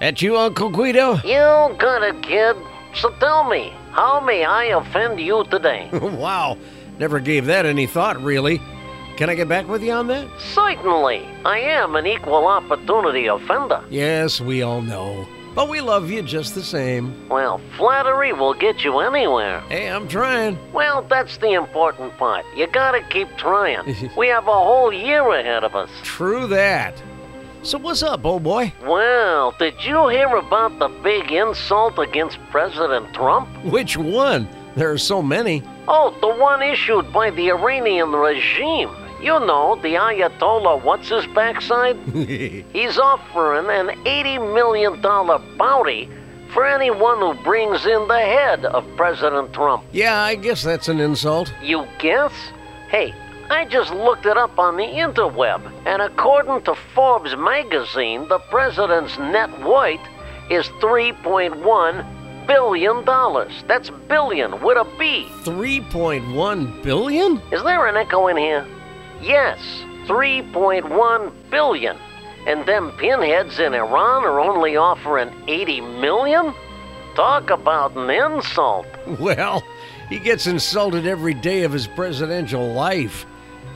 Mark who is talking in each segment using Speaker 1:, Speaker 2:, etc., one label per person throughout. Speaker 1: That you, Uncle Guido?
Speaker 2: You got it, kid. So tell me, how may I offend you today?
Speaker 1: wow, never gave that any thought, really. Can I get back with you on that?
Speaker 2: Certainly, I am an equal opportunity offender.
Speaker 1: Yes, we all know. But we love you just the same.
Speaker 2: Well, flattery will get you anywhere.
Speaker 1: Hey, I'm trying.
Speaker 2: Well, that's the important part. You gotta keep trying. we have a whole year ahead of us.
Speaker 1: True that. So, what's up, old boy?
Speaker 2: Well, did you hear about the big insult against President Trump?
Speaker 1: Which one? There are so many.
Speaker 2: Oh, the one issued by the Iranian regime. You know, the Ayatollah, what's his backside? He's offering an $80 million bounty for anyone who brings in the head of President Trump.
Speaker 1: Yeah, I guess that's an insult.
Speaker 2: You guess? Hey, I just looked it up on the interweb, and according to Forbes magazine, the president's net worth is $3.1 billion. That's billion with a B.
Speaker 1: 3.1 billion?
Speaker 2: Is there an echo in here? Yes, 3.1 billion. And them pinheads in Iran are only offering 80 million? Talk about an insult.
Speaker 1: Well, he gets insulted every day of his presidential life.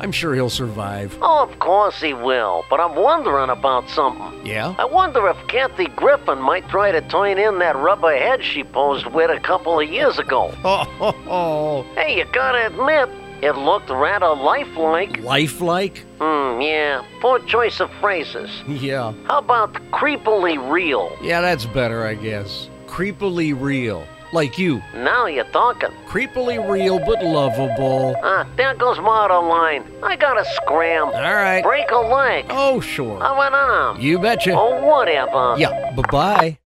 Speaker 1: I'm sure he'll survive.
Speaker 2: Oh, of course he will, but I'm wondering about something.
Speaker 1: Yeah?
Speaker 2: I wonder if Kathy Griffin might try to turn in that rubber head she posed with a couple of years ago.
Speaker 1: Oh, ho, ho.
Speaker 2: Hey, you gotta admit, it looked rather lifelike.
Speaker 1: lifelike?
Speaker 2: Hmm, yeah, poor choice of phrases.
Speaker 1: Yeah.
Speaker 2: How about creepily real?
Speaker 1: Yeah, that's better, I guess. Creepily real. Like you.
Speaker 2: Now you're talking.
Speaker 1: Creepily real, but lovable.
Speaker 2: Ah, there goes Marta line. I gotta scram.
Speaker 1: All right.
Speaker 2: Break a leg.
Speaker 1: Oh, sure.
Speaker 2: How an arm.
Speaker 1: You betcha.
Speaker 2: Or Oh, whatever.
Speaker 1: Yeah, bye bye.